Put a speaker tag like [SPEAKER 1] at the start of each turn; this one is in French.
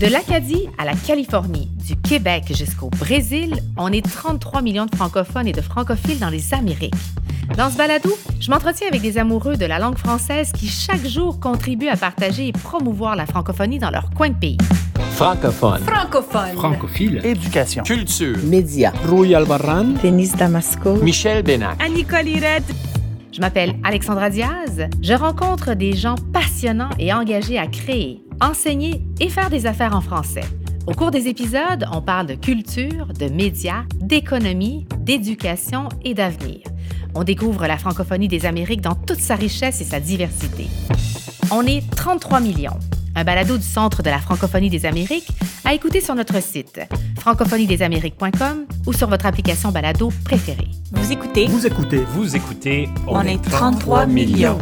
[SPEAKER 1] De l'Acadie à la Californie, du Québec jusqu'au Brésil, on est 33 millions de francophones et de francophiles dans les Amériques. Dans ce balado, je m'entretiens avec des amoureux de la langue française qui chaque jour contribuent à partager et promouvoir la francophonie dans leur coin de pays.
[SPEAKER 2] Francophone.
[SPEAKER 3] Francophone.
[SPEAKER 2] Francophile.
[SPEAKER 4] Éducation.
[SPEAKER 2] Culture.
[SPEAKER 4] Médias.
[SPEAKER 2] Rui Albarran.
[SPEAKER 5] Denise Damasco.
[SPEAKER 2] Michel Bénac.
[SPEAKER 6] Annie Red.
[SPEAKER 1] Je m'appelle Alexandra Diaz. Je rencontre des gens passionnants et engagés à créer, enseigner et faire des affaires en français. Au cours des épisodes, on parle de culture, de médias, d'économie, d'éducation et d'avenir. On découvre la francophonie des Amériques dans toute sa richesse et sa diversité. On est 33 millions. Un balado du Centre de la francophonie des Amériques à écouter sur notre site francophoniedesamériques.com ou sur votre application balado préférée.
[SPEAKER 6] Vous écoutez
[SPEAKER 7] Vous écoutez. Vous écoutez.
[SPEAKER 6] On est 33 millions.